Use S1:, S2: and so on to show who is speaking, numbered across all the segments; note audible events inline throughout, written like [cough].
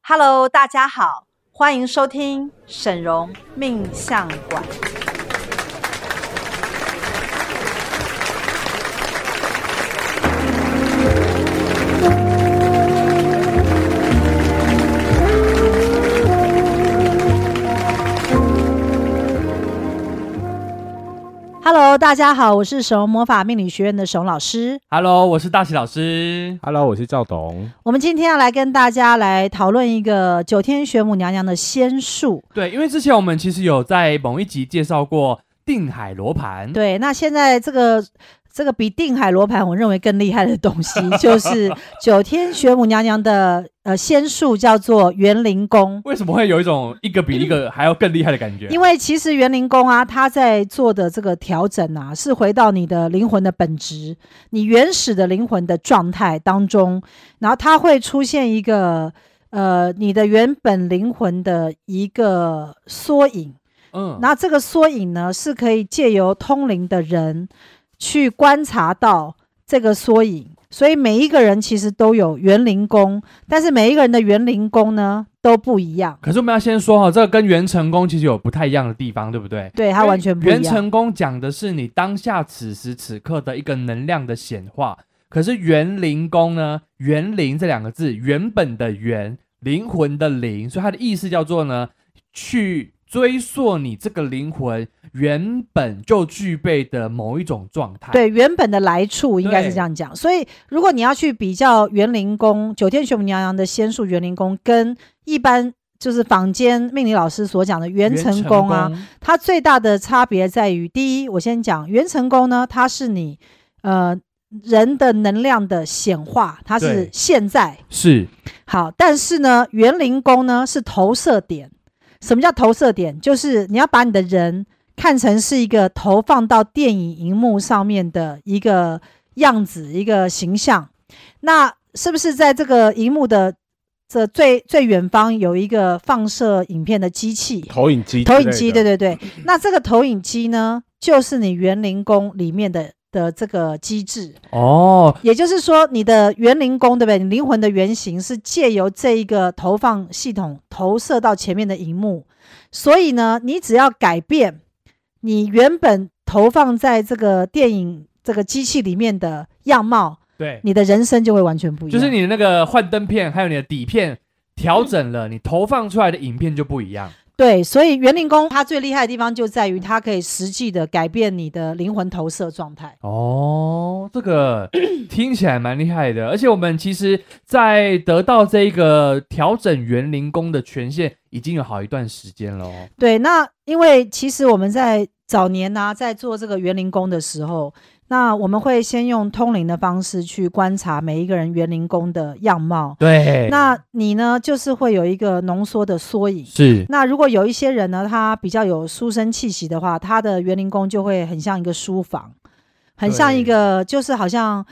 S1: Hello，大家好，欢迎收听沈荣命相馆。Hello，大家好，我是沈荣魔法命理学院的沈荣老师。
S2: Hello，我是大喜老师。
S3: Hello，我是赵董。
S1: 我们今天要来跟大家来讨论一个九天玄母娘娘的仙术。
S2: 对，因为之前我们其实有在某一集介绍过定海罗盘。
S1: 对，那现在这个这个比定海罗盘，我认为更厉害的东西，就是九天玄母娘娘的呃仙术，叫做园林宫。
S2: 为什么会有一种一个比一 [clears throat] 个还要更厉害的感觉？
S1: 因为其实园林宫啊，它在做的这个调整啊，是回到你的灵魂的本质，你原始的灵魂的状态当中，然后它会出现一个呃你的原本灵魂的一个缩影。
S2: 嗯，
S1: 那这个缩影呢，是可以借由通灵的人去观察到这个缩影，所以每一个人其实都有园林宫，但是每一个人的园林宫呢都不一样，
S2: 可是我们要先说哈，这个跟元成功其实有不太一样的地方，对不对？
S1: 对，它完全不一
S2: 哎元
S1: 样。
S2: 成功讲的是你当下此时此刻的一个能量的显化，可是元灵功呢？元灵这两个字，原本的元，灵魂的灵，所以它的意思叫做呢，去追溯你这个灵魂原本就具备的某一种状态。
S1: 对原本的来处应该是
S2: 对
S1: 这样讲，所以如果你要去比较园林宫九天玄母娘娘的仙术园林宫跟一般就是坊间命理老师所讲的元
S2: 元
S1: 成
S2: 成
S1: 功啊，
S2: 功，
S1: 它最大的差别在于，第一，我先讲元成功呢，它是你呃人的能量的显化，它是
S2: 对
S1: 现在
S2: 是
S1: 好，但是呢，元灵宫呢是投射点。什么叫投射点？就是你要把你的人看成是一个投放到电影荧幕上面的一个样子、一个形象。那是不是在这个荧幕的这最最远方有一个放射影片的机器？
S3: 投影机，
S1: 投影机，对，对
S2: 嗯
S1: 对。那这个投影机呢，就是你园林宫里面的的这个机制，
S2: 哦，
S1: 也就是说，你的园林宫，对不对？你灵魂的原型是借由这一个投放系统投射到前面的荧幕，所以呢，你只要改变你原本投放在这个电影这个机器里面的样貌，
S2: 对，
S1: 你的人生就会完全不一
S2: 就
S1: 样。
S2: 是你的那个幻灯片，还有你的底片调整了，你投放出来的影片就不一样。
S1: 对，所以园林宫它最厉害的地方就在于它可以实际的改变你的灵魂投射状态。
S2: 哦，这个听起来蛮厉害的，而且我们其实，在得到这个调整园林工的权限，已经有好一段时间了哦。
S1: 对，那因为其实我们在早年呢、啊在做这个园林工的时候，那我们会先用通灵的方式去观察每一个人园林工的样貌。
S2: 对
S1: 那你呢，就是会有一个浓缩的缩影。
S2: 是
S1: 那如果有一些人呢，他比较有书生气息的话，他的园林工就会很像一个书房，很像一
S2: 对
S1: 个就是好像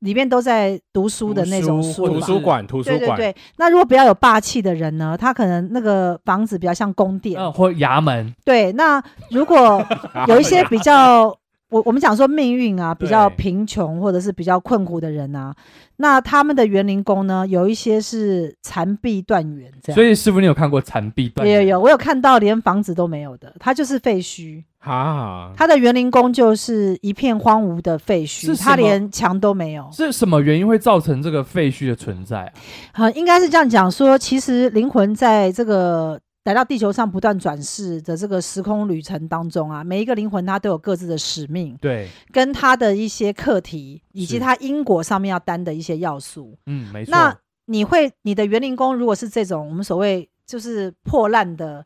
S1: 里面都在读书的那种
S2: 读书
S1: 书
S2: 或者
S3: 图
S1: 房。
S2: 是
S3: 书馆，图书
S1: 对对
S3: 馆，
S1: 对，那如果比较有霸气的人呢，他可能那个房子比较像宫殿，
S2: 嗯，或衙门
S1: 对，那如
S2: [laughs]
S1: 果有一些比较，我我们讲说命运啊，比较
S2: 对
S1: 贫穷或者是比较困苦的人啊，那他们的园林宫呢，有一些是残壁断垣这
S2: 所
S1: 样。
S2: 以师傅，你有看过残壁断？
S1: 有有有，我有看到连房子都没有的，它就是废
S2: 嗯
S1: 墟。
S3: 哈，
S1: 它的园林宫就是一片荒芜的废墟
S2: 是，
S1: 它
S2: 什么
S1: 连墙都没有。
S2: 是什么原因会造成这个废墟的存在啊？
S1: 呃，应该是这样讲说，其实灵魂在这个来到地球上不断转世的这个时空旅程当中啊，每一个灵魂它都有各自的使命。
S2: 对，
S1: 跟他的一些课题，以及
S2: 是
S1: 他因果上面要担的一些要素。
S2: 嗯，没错。
S1: 那你会你的园林工如果是这种我们所谓就是破烂的、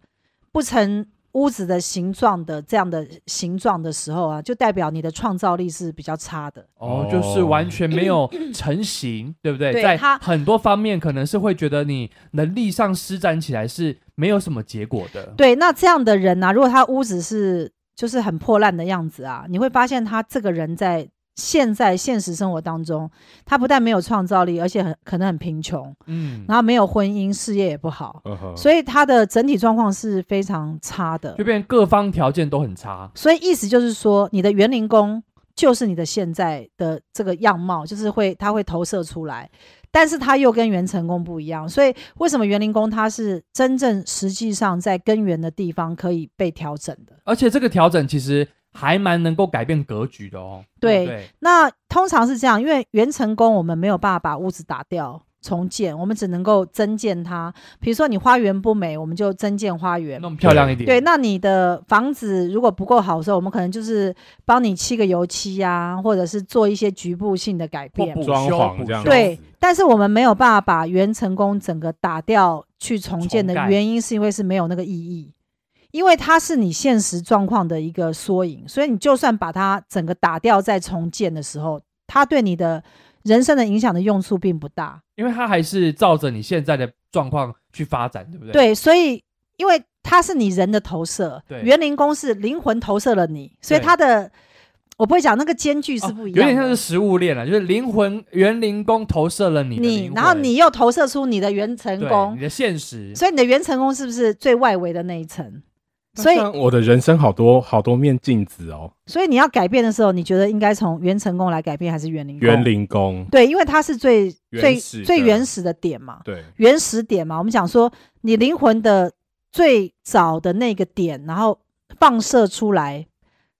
S1: 不成屋子的形状的这样的形状的时候啊，就代表你的创造力是比较差的。
S2: 哦
S3: 哦，
S2: 就是完全没有成型，对不对？
S1: 对
S2: 在
S1: 它
S2: 很多方面可能是会觉得你能力上施展起来是没有什么结果的。
S1: 对，那这样的人呢、啊，如果他屋子是就是很破烂的样子啊，你会发现他这个人在。现在现实生活当中，他不但没有创造力，而且很可能很贫穷，
S2: 嗯，
S1: 然后没有婚姻，事业也不好，
S3: 嗯哼
S1: 所以它的整体状况是非常差的
S2: 就。变成各方条件都很差。
S1: 所以意思就是说，你的园林宫就是你的现在的这个样貌，就是会它会投射出来。但是它又跟元成功不一样，所以为什么园林宫它是真正实际上在根源的地方可以被调整的？
S2: 而且这个调整其实还蛮能够改变格局的哦。
S1: 对
S2: 不对，
S1: 那通常是这样，因为元成功我们没有办法把屋子打掉重建，我们只能够增建它。比如说你花园不美，我们就增建花园。
S2: 弄漂亮一点。
S1: 对，那你的房子如果不够好的时候，我们可能就是帮你漆个油漆呀、或者是做一些局部性的改
S2: 或
S1: 变。
S2: 补
S3: 装
S2: 修
S3: 潢
S2: 补
S3: 这样
S2: 修
S3: 子
S1: 对，但是我们没有办法把原成功整个打掉去重建的
S2: 重盖
S1: 原因，是因为是没有那个意义，因为它是你现实状况的一个缩影，所以你就算把它整个打掉再重建的时候，它对你的人生的影响的用处并不大。
S2: 因为它还是照着你现在的状况去发展，对不对？，
S1: 对，所以因为它是你人的投射，
S2: 对
S1: 园林宫是灵魂投射了你，所以
S2: 对哦
S1: 它的我不会讲那个间距是不一
S2: 有
S1: 样的、
S2: 点像是食物链啊了，就是灵魂园林工投射了你的
S1: 你，
S2: 灵
S1: 然后
S2: 魂
S1: 你又投射出你的原成
S2: 对
S1: 功
S2: 你，的现实，
S1: 所以你的原成功是不是最外围的那一层？所以
S3: 那，像我的人生好多好多面镜子哦，
S1: 所以你要改变的时候，你觉得应该从原成功来改变，还是园林宫？
S3: 园林宫，
S1: 对，因为它是最最
S3: 原始的
S1: 最原始的点嘛，
S3: 对，
S1: 原始点嘛。我们讲说，你灵魂的最早的那个点，然后放射出来，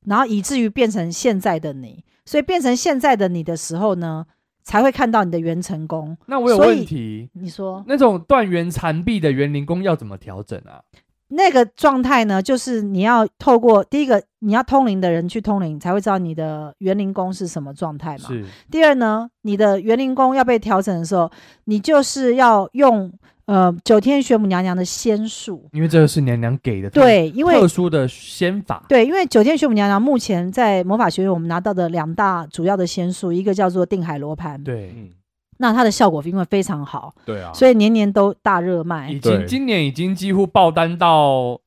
S1: 然后以至于变成现在的你。所以变成现在的你的时候呢，才会看到你的原成功。
S2: 那我有
S1: 所以
S2: 问题，
S1: 你说
S2: 那种断垣残壁的园林工要怎么调整啊？
S1: 那个状态呢，就是你要透过第一个，你要通灵的人去通灵，才会知道你的园林宫是什么状态嘛。
S2: 是
S1: 第二呢，你的园林宫要被调整的时候，你就是要用呃九天玄母娘娘的仙术，
S2: 因为这个是娘娘给的特
S1: 对，因为
S2: 特殊的仙法，
S1: 对，因为九天玄母娘娘目前在魔法学院我们拿到的两大主要的仙术，一个叫做定海罗盘，
S2: 对，
S3: 嗯，
S1: 那它的效果因为非常好，
S3: 对啊，
S1: 所以年年都大热卖
S2: 已。经
S3: 对
S2: 今年已经几乎爆单到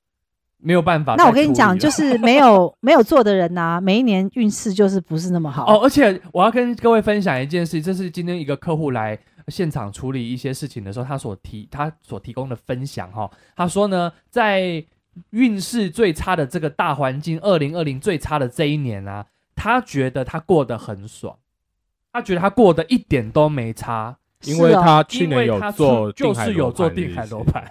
S2: 没有办法再处理了。啊
S1: 那我跟你讲，就是没有没有做的人呐、每一年运势就是不是那么好。
S2: 哦，而且我要跟各位分享一件事，这是今天一个客户来现场处理一些事情的时候，他所提他所提供的分享哈、他说呢，在运势最差的这个大环境，二零二零最差的这一年啊，他觉得他过得很爽，他觉得他过得一点都没差，
S3: 因为
S1: 是哦
S3: 他去
S2: 因
S3: 年
S2: 为
S3: 有
S2: 他
S3: 做
S2: 出就
S3: 定海
S2: 是有
S3: 楼
S2: 做
S3: 盘的
S2: 定
S3: 意
S2: 海
S3: 思
S2: 楼盘，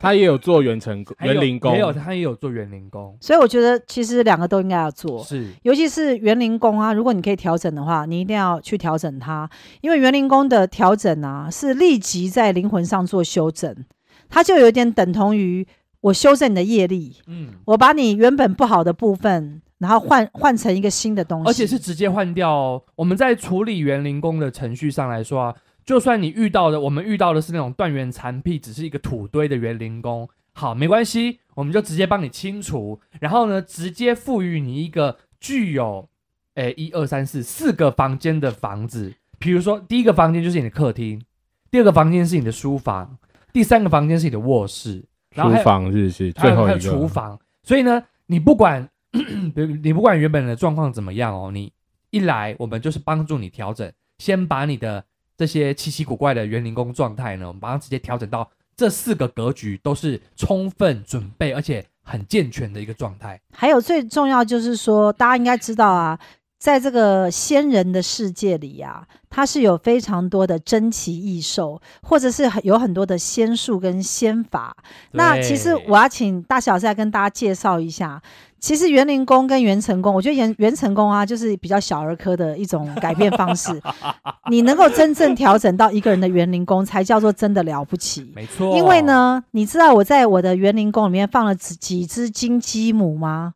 S3: 他也有做园城
S2: 还有
S3: 园林宫，
S2: 也有他也有做园林工，
S1: 所以我觉得其实两个都应该要做。
S2: 是
S1: 尤其是园林工啊，如果你可以调整的话，你一定要去调整它，因为园林工的调整啊，是立即在灵魂上做修正，它就有点等同于我修正你的业力，
S2: 嗯，
S1: 我把你原本不好的部分，然后换换成一个新的东西，
S2: 而且是直接换掉、哦。我们在处理园林工的程序上来说啊，就算你遇到的，我们遇到的是那种断垣残壁，只是一个土堆的园林工，好，没关系，我们就直接帮你清除，然后呢，直接赋予你一个具有，诶，一二三四四个房间的房子。比如说，第一个房间就是你的客厅，第二个房间是你的书房，第三个房间是你的卧室，然后
S3: 厨
S2: 还有
S3: 房日是
S2: 还
S3: 最
S2: 有
S3: 后
S2: 还
S3: 一
S2: 有
S3: 个
S2: 厨，房。所以呢，你不管 [clears throat] 你不管原本的状况怎么样哦，你一来我们就是帮助你调整，先把你的这些奇奇古怪的园林工状态呢，我们把它直接调整到这四个格局都是充分准备而且很健全的一个状态。
S1: 还有最重要就是说，大家应该知道啊，在这个仙人的世界里啊，它是有非常多的珍奇异兽，或者是很有很多的仙术跟仙法。那
S2: 对
S1: 其实我要请大小再跟大家介绍一下。其实园林宫跟元成宫，我觉得元元成宫啊，就是比较小儿科的一种改变方
S2: [laughs]
S1: 式。你能够真正调整到一个人的园林宫，才叫做真的了不起。
S2: 没错，
S1: 因为，呢，你知道我在我的园林宫里面放了几几只金鸡母吗？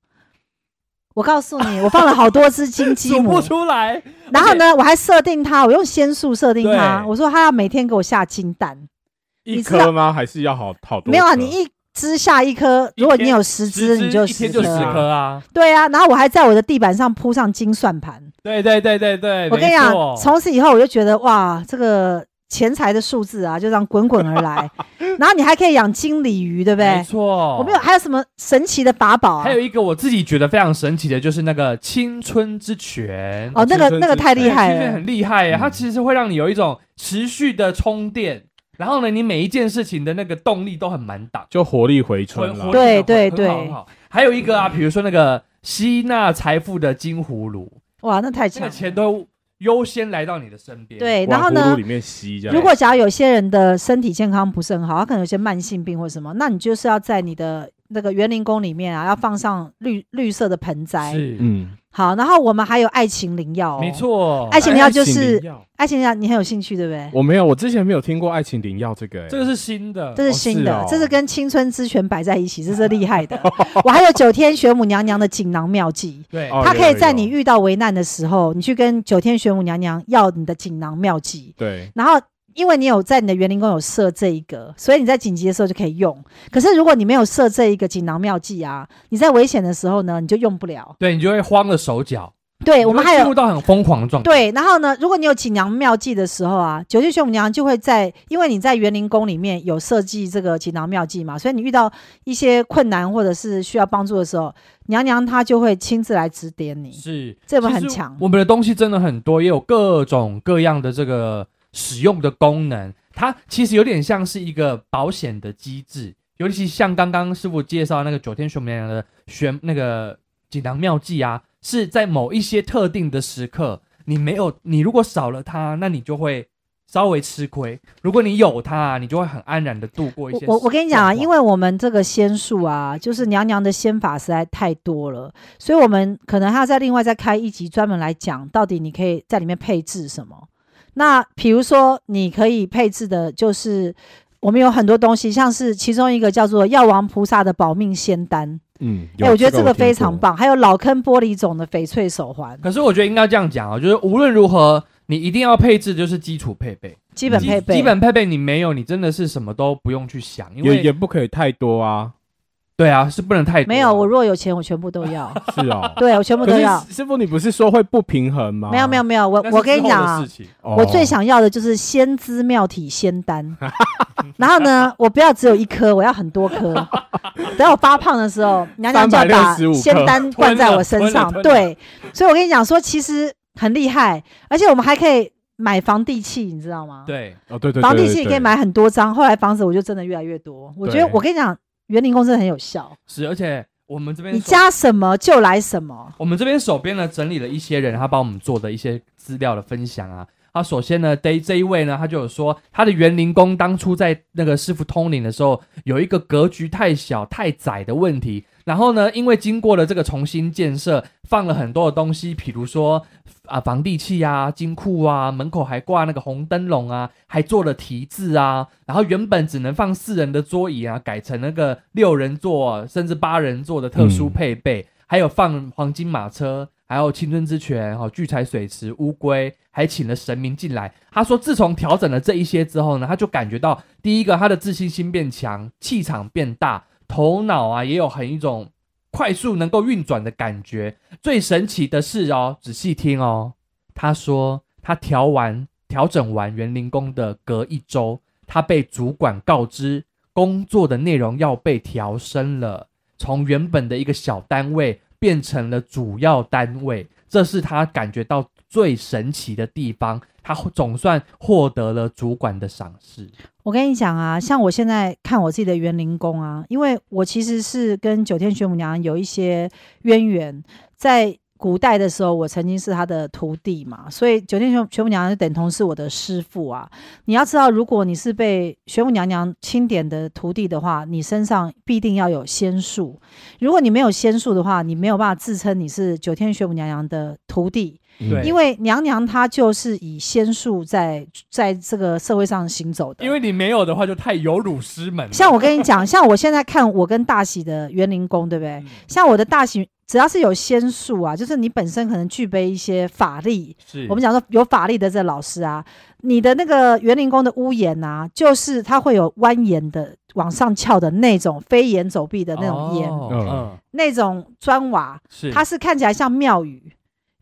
S1: 我告诉
S2: [laughs]
S1: 你，我放了好多只金鸡
S2: 数不
S1: 母，
S2: 出来，
S1: 然后呢，我还设定它，我用仙术设定它，
S2: 对
S1: 我说它要每天给我下金蛋，
S3: 一
S1: 你知道
S3: 颗吗？还是要好好多颗？
S1: 没有啊，你一只下一颗，
S2: 一
S1: 如果你
S2: 天
S1: 有十只，你就
S2: 就一天
S1: 十
S2: 就十
S1: 颗啊，
S2: 颗啊！
S1: 对啊，然后我还在我的地板上铺上金算盘，
S2: 对对对对对，
S1: 我跟你
S2: 没
S1: 讲
S2: 错，
S1: 从此以后我就觉得哇，这个钱财的数字啊，就这样滚滚而
S2: [laughs]
S1: 来，然后你还可以养金鲤鱼，对不对
S2: 没？错，
S1: 我没有，还有什么神奇的法宝啊？
S2: 哦还有一个我自己觉得非常神奇的，就是那个青春之泉
S1: 哦，那
S3: 青
S1: 个
S3: 春
S1: 那个
S3: 之
S1: 太
S2: 对
S1: 厉害
S2: 其实
S1: 了。
S2: 很厉害耶！
S3: 嗯
S2: 它其实会让你有一种持续的充电，然后呢，你每一件事情的那个动力都很满档，
S3: 就活力回
S2: 活
S3: 春
S2: 活
S3: 了。
S1: 对
S2: 力很
S1: 对
S2: 很好
S1: 对
S2: 很好。还有一个啊，比如说那个吸纳财富的金葫芦，
S1: 哇，那太
S2: 这
S1: 强
S2: 个
S1: 了！
S2: 钱都优先来到你的身边。，
S1: 啊对，然后
S3: 往葫芦
S1: 呢
S3: 里，面吸这样。
S1: 如果假如有些人的身体健康不是很好，他可能有些慢性病或什么，那你就是要在你的那个园林宫里面啊，要放上绿绿色的盆栽。
S2: 是，
S3: 嗯，
S1: 好，然后我们还有爱情灵
S3: [laughs]
S1: 药、哦，
S2: 没。错，
S1: 爱情灵药就是
S3: 爱情灵药
S1: 爱情灵药，你很有兴趣对不对？
S3: 我没有，我之前没有听过爱情灵药这个、欸，
S2: 这个是新的，
S1: 这是新的，
S3: 哦是哦
S1: 这是跟青春之泉摆在一起，这是厉害
S3: [laughs]
S1: 的。我还有九天玄母娘娘的锦囊妙计，
S2: 对，
S3: 哦
S1: 它可以在
S3: 有有
S1: 你遇到危难的时候，你去跟九天玄母娘娘要你的锦囊妙计，
S3: 对，
S1: 然后。因为你有在你的园林宫有设这一个，所以你在紧急的时候就可以用。可是如果你没有设这一个锦囊妙计啊，你在危险的时候呢，你就用不了。
S2: 对你就会慌了手脚。
S1: 对我们还
S2: 你会进
S1: 有
S2: 入到很疯狂的状态。
S1: 对，然后呢，如果你有锦囊妙计的时候啊，九天玄母娘娘就会在，因为你在园林宫里面有设计这个锦囊妙计嘛，所以你遇到一些困难或者是需要帮助的时候，娘娘她就会亲自来指点你。
S2: 是
S1: 这有没有很
S2: 其实
S1: 强
S2: 我们的东西真的很多，也有各种各样的这个使用的功能。它其实有点像是一个保险的机制，尤其像刚刚师傅介绍那个九天玄母娘娘的玄那个锦囊妙计啊，是在某一些特定的时刻，你没有你如果少了它，那你就会。稍微吃亏，如果你有它，你就会很安然的度过一
S1: 我
S2: 些
S1: 我我跟你讲啊，
S2: 状况
S1: 因为我们这个仙术啊，就是娘娘的仙法实在太多了，所以我们可能还要再另外再开一集专门来讲，到底你可以在里面配置什么。那比如说，你可以配置的就是我们有很多东西，像是其中一个叫做药王菩萨的保命仙丹，
S3: 嗯，
S1: 哎、
S3: 有
S1: 我觉得这个
S3: 我
S1: 非
S3: 听
S1: 常
S3: 过。
S1: 棒，还有老坑玻璃种的翡翠手环，
S2: 可是我觉得应该这样讲啊，就是无论如何，你一定要配置就是基础配备，
S1: 基本
S2: 基
S1: 配备，
S2: 基本配备你没有，你真的是什么都不用去想，因
S3: 也
S2: 为
S3: 也不可以太多啊，
S2: 对啊，是不能太多
S1: 没有。我若有钱，我全部都要，
S3: 是哦
S1: [laughs] 。对我全部都
S3: 可
S1: 要。
S3: 是师傅，你不是说会不平衡吗？
S1: 没有没有，没有，我
S2: 那是
S1: 我跟你
S2: 之后
S1: 讲
S2: 的
S1: 啊
S2: 事，情
S3: 哦
S1: 我最想要的就是仙姿妙体仙丹， [laughs] 然后呢，我不要只有一颗，我要很多
S2: [laughs]
S1: 颗。等我发胖的时候，娘娘就要把
S3: 365颗
S1: 仙丹灌在我身上。
S2: 吞了吞了
S1: 对，所以我跟你讲说，其实很厉害，而且我们还可以买房地契，你知道吗？，
S2: 对，
S3: 哦，对对对，
S1: 房地
S3: 对
S1: 契你可以。
S3: 对
S1: 买很多张，后来房子我就真的越来越多。我觉得
S3: 对
S1: 我跟你讲，园林公司很有效，
S2: 是而且我们这边
S1: 你
S2: 手
S1: 加什么就来什么。
S2: 我们这边手边呢整理了一些人，他帮我们做的一些资料的分享啊。他首先呢，这这一位呢，他就有说，他的园林工当初在那个师傅通灵的时候，有一个格局太小、太窄的问题。然后呢，因为经过了这个重新建设，放了很多的东西，比如说啊房地契啊、金库啊，门口还挂那个红灯笼啊，还做了题字啊。然后原本只能放四人的桌椅啊，改成那个六人座啊甚至八人座的特殊
S3: 嗯
S2: 配备，还有放黄金马车，还有青春之泉，哦哈、聚财水池、乌龟，还请了神明进来。他说，自从调整了这一些之后呢，他就感觉到第一个，他的自信心变强，气场变大，头脑啊也有很一种快速能够运转的感觉。最神奇的是哦，仔细听哦，他说他调完调整完园林工的隔一周，他被主管告知工作的内容要被调升了，从原本的一个小单位变成了主要单位，这是他感觉到最神奇的地方。他总算获得了主管的赏识，
S1: 我跟你讲啊，像我现在看我自己的园林宫啊，因为我其实是跟九天玄母娘娘有一些渊源，在古代的时候，我曾经是她的徒弟嘛，所以九天玄玄母娘娘就等同是我的师傅啊。你要知道，如果你是被玄母娘娘钦点的徒弟的话，你身上必定要有仙术。如果你没有仙术的话，你没有办法自称你是九天玄母娘娘的徒弟。
S3: 嗯
S2: 对
S1: 因为娘娘她就是以仙术在在这个社会上行走的。
S2: 为你没有的话，就太有辱师门了
S1: 像我跟你讲，像我现在看我跟大喜的园林宫，对不对？
S2: 嗯
S1: 像我的大喜，只要是有仙术啊，就是你本身可能具备一些法力。
S2: 是
S1: 我们讲说有法力的这老师啊，你的那个园林宫的屋檐啊，就是它会有蜿蜒的往上翘的那种飞檐走壁的那种檐，
S2: 哦
S3: 嗯
S2: 嗯，
S1: 那种砖瓦，
S2: 是
S1: 它是看起来像庙宇。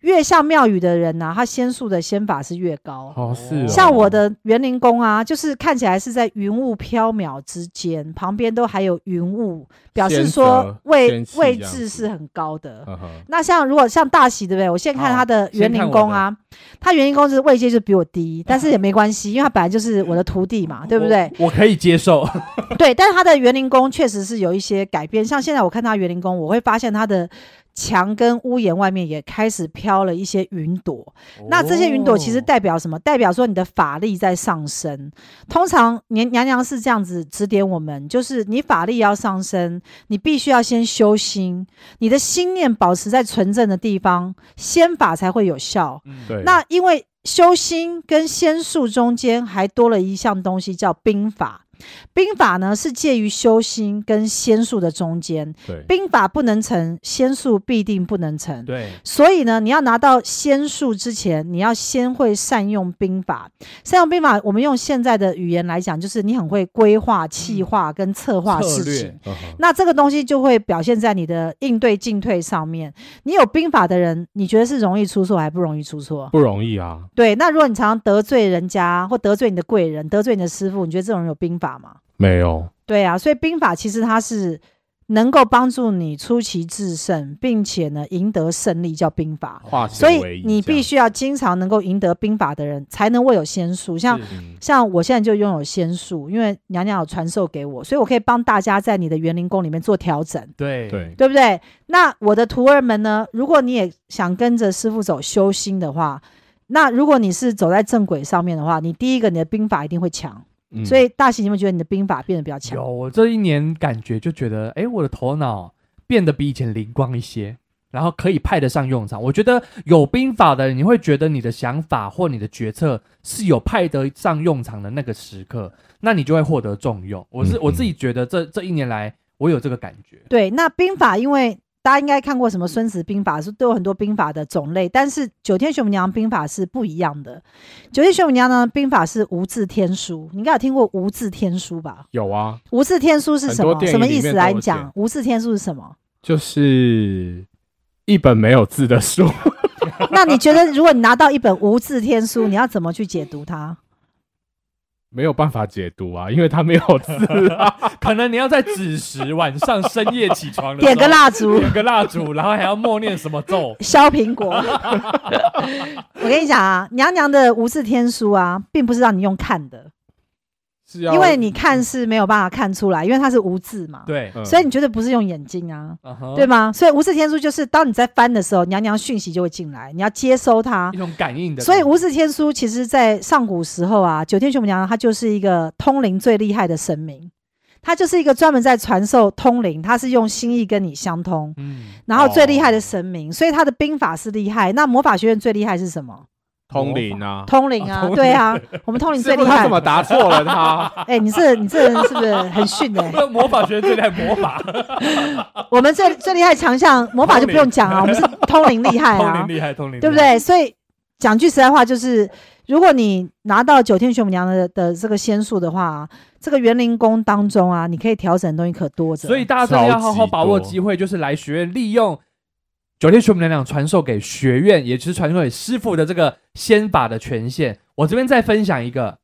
S1: 越像庙宇的人呢、啊他仙术的仙法是越高。
S3: 哦是哦，
S1: 像我的园林宫啊，就是看起来是在云雾飘渺之间，旁边都还有云雾，表示说
S3: 仙泽
S1: 位
S3: 仙气
S1: 位
S3: 这样
S1: 置
S3: 子
S1: 是很高的。
S3: 呵呵，
S1: 那像如果像大喜对不对？我现在看
S3: 哦
S2: 好
S1: 他的园林宫啊，他园林宫是位阶就比我低，但是也没关系，因为他本来就是我的徒弟嘛，
S3: 哦
S1: 对不对？ [laughs]
S2: 我？我可以接受，
S1: 对，但是他的园林宫确实是有一些改变，像现在我看他园林宫，我会发现他的墙跟屋檐外面也开始飘了一些云朵。那这些云朵其实
S2: 带
S1: 代表什么？代表说你的法力在上升。通常娘娘娘是这样子指点我们，就是你法力要上升，你必须要先修心，你的心念保持在纯正的地方，仙法才会有效。
S2: 嗯
S3: 对，
S1: 那因为修心跟仙术中间还多了一项东西叫兵法，兵法呢是介于修心跟仙术的中间，
S3: 对
S1: 兵法不能成，仙术必定不能成。
S2: 对
S1: 所以呢，你要拿到仙术之前，你要先会善用兵法。善用兵法，我们用现在的语言来讲，就是你很会规划、计划跟策划
S2: 策
S1: 事
S2: 略
S1: 情。
S3: 嗯哼
S1: 那这个东西就会表现在你的应对进退上面。你有兵法的人，你觉得是容易出错还不容易出错？
S3: 不容易啊，
S1: 对。那如果你常常得罪人家，或得罪你的贵人，得罪你的师傅，你觉得这种人有兵法吗？
S3: 没有，
S1: 对啊，所以兵法其实它是能够帮助你出奇制胜，并且呢赢得胜利，叫兵法。
S3: 化
S1: 所
S3: 险为夷
S1: 以
S3: 这样，
S1: 你必须要经常能够赢得兵法的人，才能会有仙术。像
S2: 是
S3: 嗯
S1: 像我现在就拥有仙术，因为娘娘有传授给我，所以我可以帮大家在你的园林宫里面做调整，
S2: 对
S3: 对
S1: 对不对？那我的徒儿们呢？如果你也想跟着师傅走修心的话，那如果你是走在正轨上面的话，你第一个你的兵法一定会强。
S3: 嗯
S1: 所以大喜，你有没有觉得你的兵法变得比较强
S2: 有，？我这一年感觉就觉得，哎，我的头脑变得比以前灵光一些，然后可以派得上用场。我觉得有兵法的人，你会觉得你的想法或你的决策是有派得上用场的那个时刻，那你就会获得重用。我是、
S3: 嗯
S2: 我自己觉得这这一年来，我有这个感觉。
S1: 对，那兵法因为。大家应该看过什么《孙子兵法》，是都有很多兵法的种类，但是九天玄母娘兵法是不一样的。九天玄母娘呢，兵法是无字天书，你应该有听过无字天书吧？
S3: 有啊，
S1: 无字天书是
S3: 很
S1: 什
S3: 多
S1: 么？
S3: 电
S1: 什么
S3: 影里
S1: 意思
S3: 面
S1: 来
S3: 都有
S1: 讲
S3: 写？
S1: 无字天书是什么？
S3: 就是一本没有字的书，
S1: 那你觉得，如果你拿到一本无字天书，你要怎么去解读它？
S3: 没有办法解读啊，因为它没有字啊，
S2: 可能你要在子时晚上深夜起床的时候
S1: 点个，蜡烛，。
S2: 点个蜡烛，然后还要默念什么咒
S1: 削苹果。 [laughs] 我跟你讲啊，娘娘的无字天书啊，并不是让你用看的，
S3: 是
S1: [laughs]
S3: 要
S1: 因为你看是没有办法看出来，因为它是无字嘛。
S2: 对，
S3: [laughs] 嗯
S1: 所以你绝对不是用眼睛啊，
S2: 嗯哼
S1: 对吗？所以无字天书就是当你在翻的时候，娘娘讯息就会进来，你要接收它
S2: 一。种感应的感觉。
S1: 所以无字天书其实，在上古时候啊，九天玄母娘娘她就是一个通灵最厉害的神明，她就是一个专门在传授通灵，她是用心意跟你相通，
S2: 嗯，
S1: 然后最厉害的神明，所以她的兵法是厉害。那魔法学院最厉害是什么？
S3: 通灵啊，
S1: 通灵啊，对啊，我们通
S3: [laughs]
S1: 灵最
S3: 是不
S1: 厉
S3: 是他
S1: 害
S3: 怎。么答错了他？
S1: 哎、你这你这人是不是很逊
S2: [laughs]
S1: 的、
S2: 那魔法学最厉害
S1: [laughs]
S2: 魔法，
S1: 我们最最厉害强项魔法就不用讲啊，我们是通灵厉害啊，
S2: [laughs] 通灵厉害，通灵厉害
S1: 对不？对？所以讲句实在话，就是如果你拿到九天玄母娘的的这个仙术的话、这个园林宫当中啊，你可以调整的东西可多着。
S2: 所以大家真的要好好把握
S3: 超级
S2: 机
S3: 多
S2: 会，就是来学院利用九天玄母娘娘传授给学院，也就是传授给师傅的这个仙法的权限。我这边再分享一个，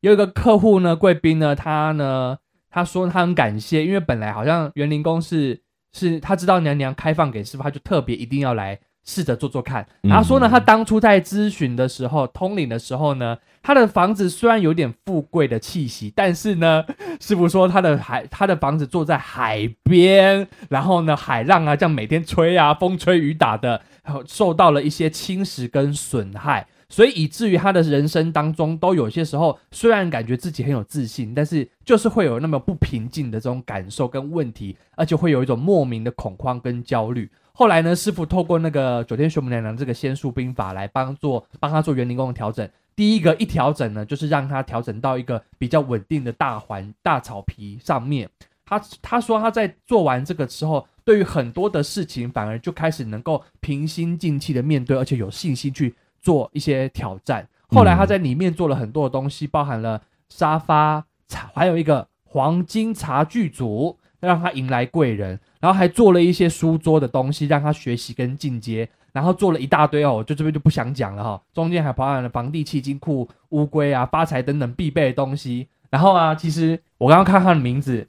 S2: 有一个客户呢，贵宾呢，他呢，他说他很感谢，因为本来好像园林宫是是他知道娘娘开放给师傅，他就特别一定要来试着做做看。
S3: 嗯
S2: 然后说呢，他当初在咨询的时候，通灵的时候呢，他的房子虽然有点富贵的气息，但是呢， [laughs] 师傅说他的海，他的房子坐在海边，然后呢，海浪啊，这样每天吹啊，风吹雨打的，然后受到了一些侵蚀跟损害，所以以至于他的人生当中都有些时候，虽然感觉自己很有自信，但是就是会有那么不平静的这种感受跟问题，而且会有一种莫名的恐慌跟焦虑。后来呢，师傅透过那个九天玄母娘娘这个仙术兵法来帮做帮他做园林宫的调整。第一个一调整呢，就是让他调整到一个比较稳定的大环大草皮上面。他他说他在做完这个之后，对于很多的事情反而就开始能够平心静气的面对，而且有信心去做一些挑战。后来他在里面做了很多的东西，包含了沙发、茶，还有一个黄金茶具组，让他迎来贵人，然后还做了一些书桌的东西，让他学习跟进阶。然后做了一大堆哦，我就这边就不想讲了哈、中间还包含了房地契金库、乌龟啊、发财等等必备的东西。然后啊，其实我刚刚看他的名字，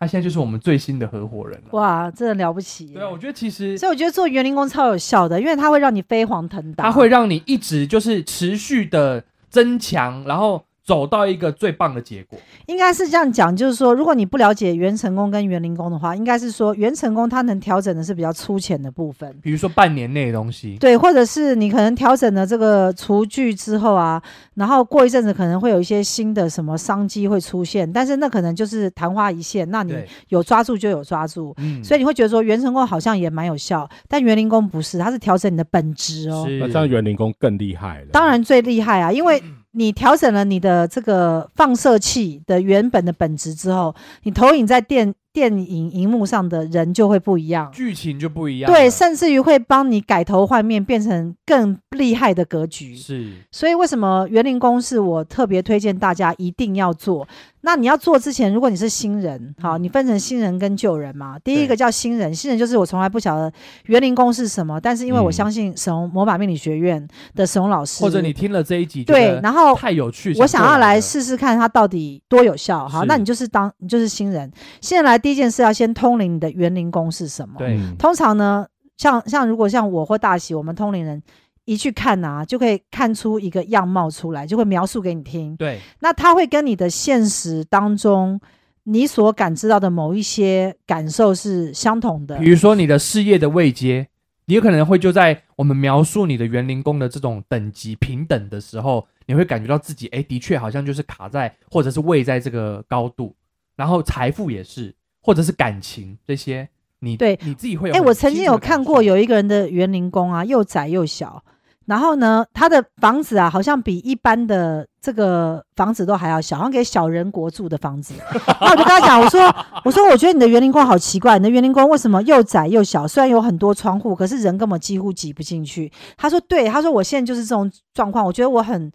S2: 他现在就是我们最新的合伙人了。
S1: 哇，真的了不起耶。
S2: 对啊，我觉得其实
S1: 所以我觉得做园林宫超有效的，因为它会让你飞黄腾达。
S2: 它会让你一直就是持续的增强，然后走到一个最棒的结果。
S1: 应该是这样讲，就是说，如果你不了解元成功跟元灵功的话，应该是说元成功它能调整的是比较粗浅的部分，
S2: 比如说半年内的东西，
S1: 对，或者是你可能调整了这个厨具之后啊，然后过一阵子可能会有一些新的什么商机会出现，但是那可能就是昙花一现，那你
S2: 对，
S1: 有抓住就有抓住，
S2: 嗯
S1: 所以你会觉得说元成功好像也蛮有效，但元灵功不是，它是调整你的本质哦。
S2: 是嗯
S3: 那这样园林工更厉害了。
S1: 当然最厉害啊，因为你调整了你的这个放射器的原本的本质之后，你投影在电电影荧幕上的人就会不一样，
S2: 剧情就不一样了，
S1: 对，甚至于会帮你改头换面，变成更厉害的格局。
S2: 是
S1: 所以为什么园林工是我特别推荐大家一定要做？那你要做之前，如果你是新人，好，你分成新人跟旧人嘛。第一个
S2: 嗯对
S1: 叫新人，新人就是我从来不晓得园林工是什么，但是因为我
S3: 嗯
S1: 相信沈荣魔法命理学院的沈荣老师，
S2: 或者你听了这一集，
S1: 对，然后
S2: 太有趣，
S1: 我想
S2: 做
S1: 要
S2: 了
S1: 来试试看它到底多有效。好，
S2: 是
S1: 那你就是当你就是新人，新人来第一件事要先通灵你的园林功是什么。
S2: 对
S3: 嗯
S1: 通常呢，像像如果像我或大喜，我们通灵人。一去看啊，就可以看出一个样貌出来，就会描述给你听。
S2: 对
S1: 那它会跟你的现实当中你所感知到的某一些感受是相同的
S2: 比。如说你的事业的位阶，你有可能会就在我们描述你的园林工的这种等级平等的时候，你会感觉到自己，哎，的确好像就是卡在或者是位在这个高度，然后财富也是，或者是感情这些，你
S1: 对
S2: 你自己会有
S1: 哎、
S2: 很
S1: 我曾
S2: 清
S1: 经
S2: 楚
S1: 有
S2: 的感
S1: 看
S2: 受
S1: 过有一个人的园林工啊，又窄又小，然后呢，他的房子啊，好像比一般的这个房子都还要小，好像给小人国住的房子。那我就跟他讲，我说，我说，我觉得你的园林工好奇怪，你的园林工为什么又窄又小？虽然有很多窗户，可是人根本几乎挤不进去。他说，对，他说我现在就是这种状况，我觉得我很。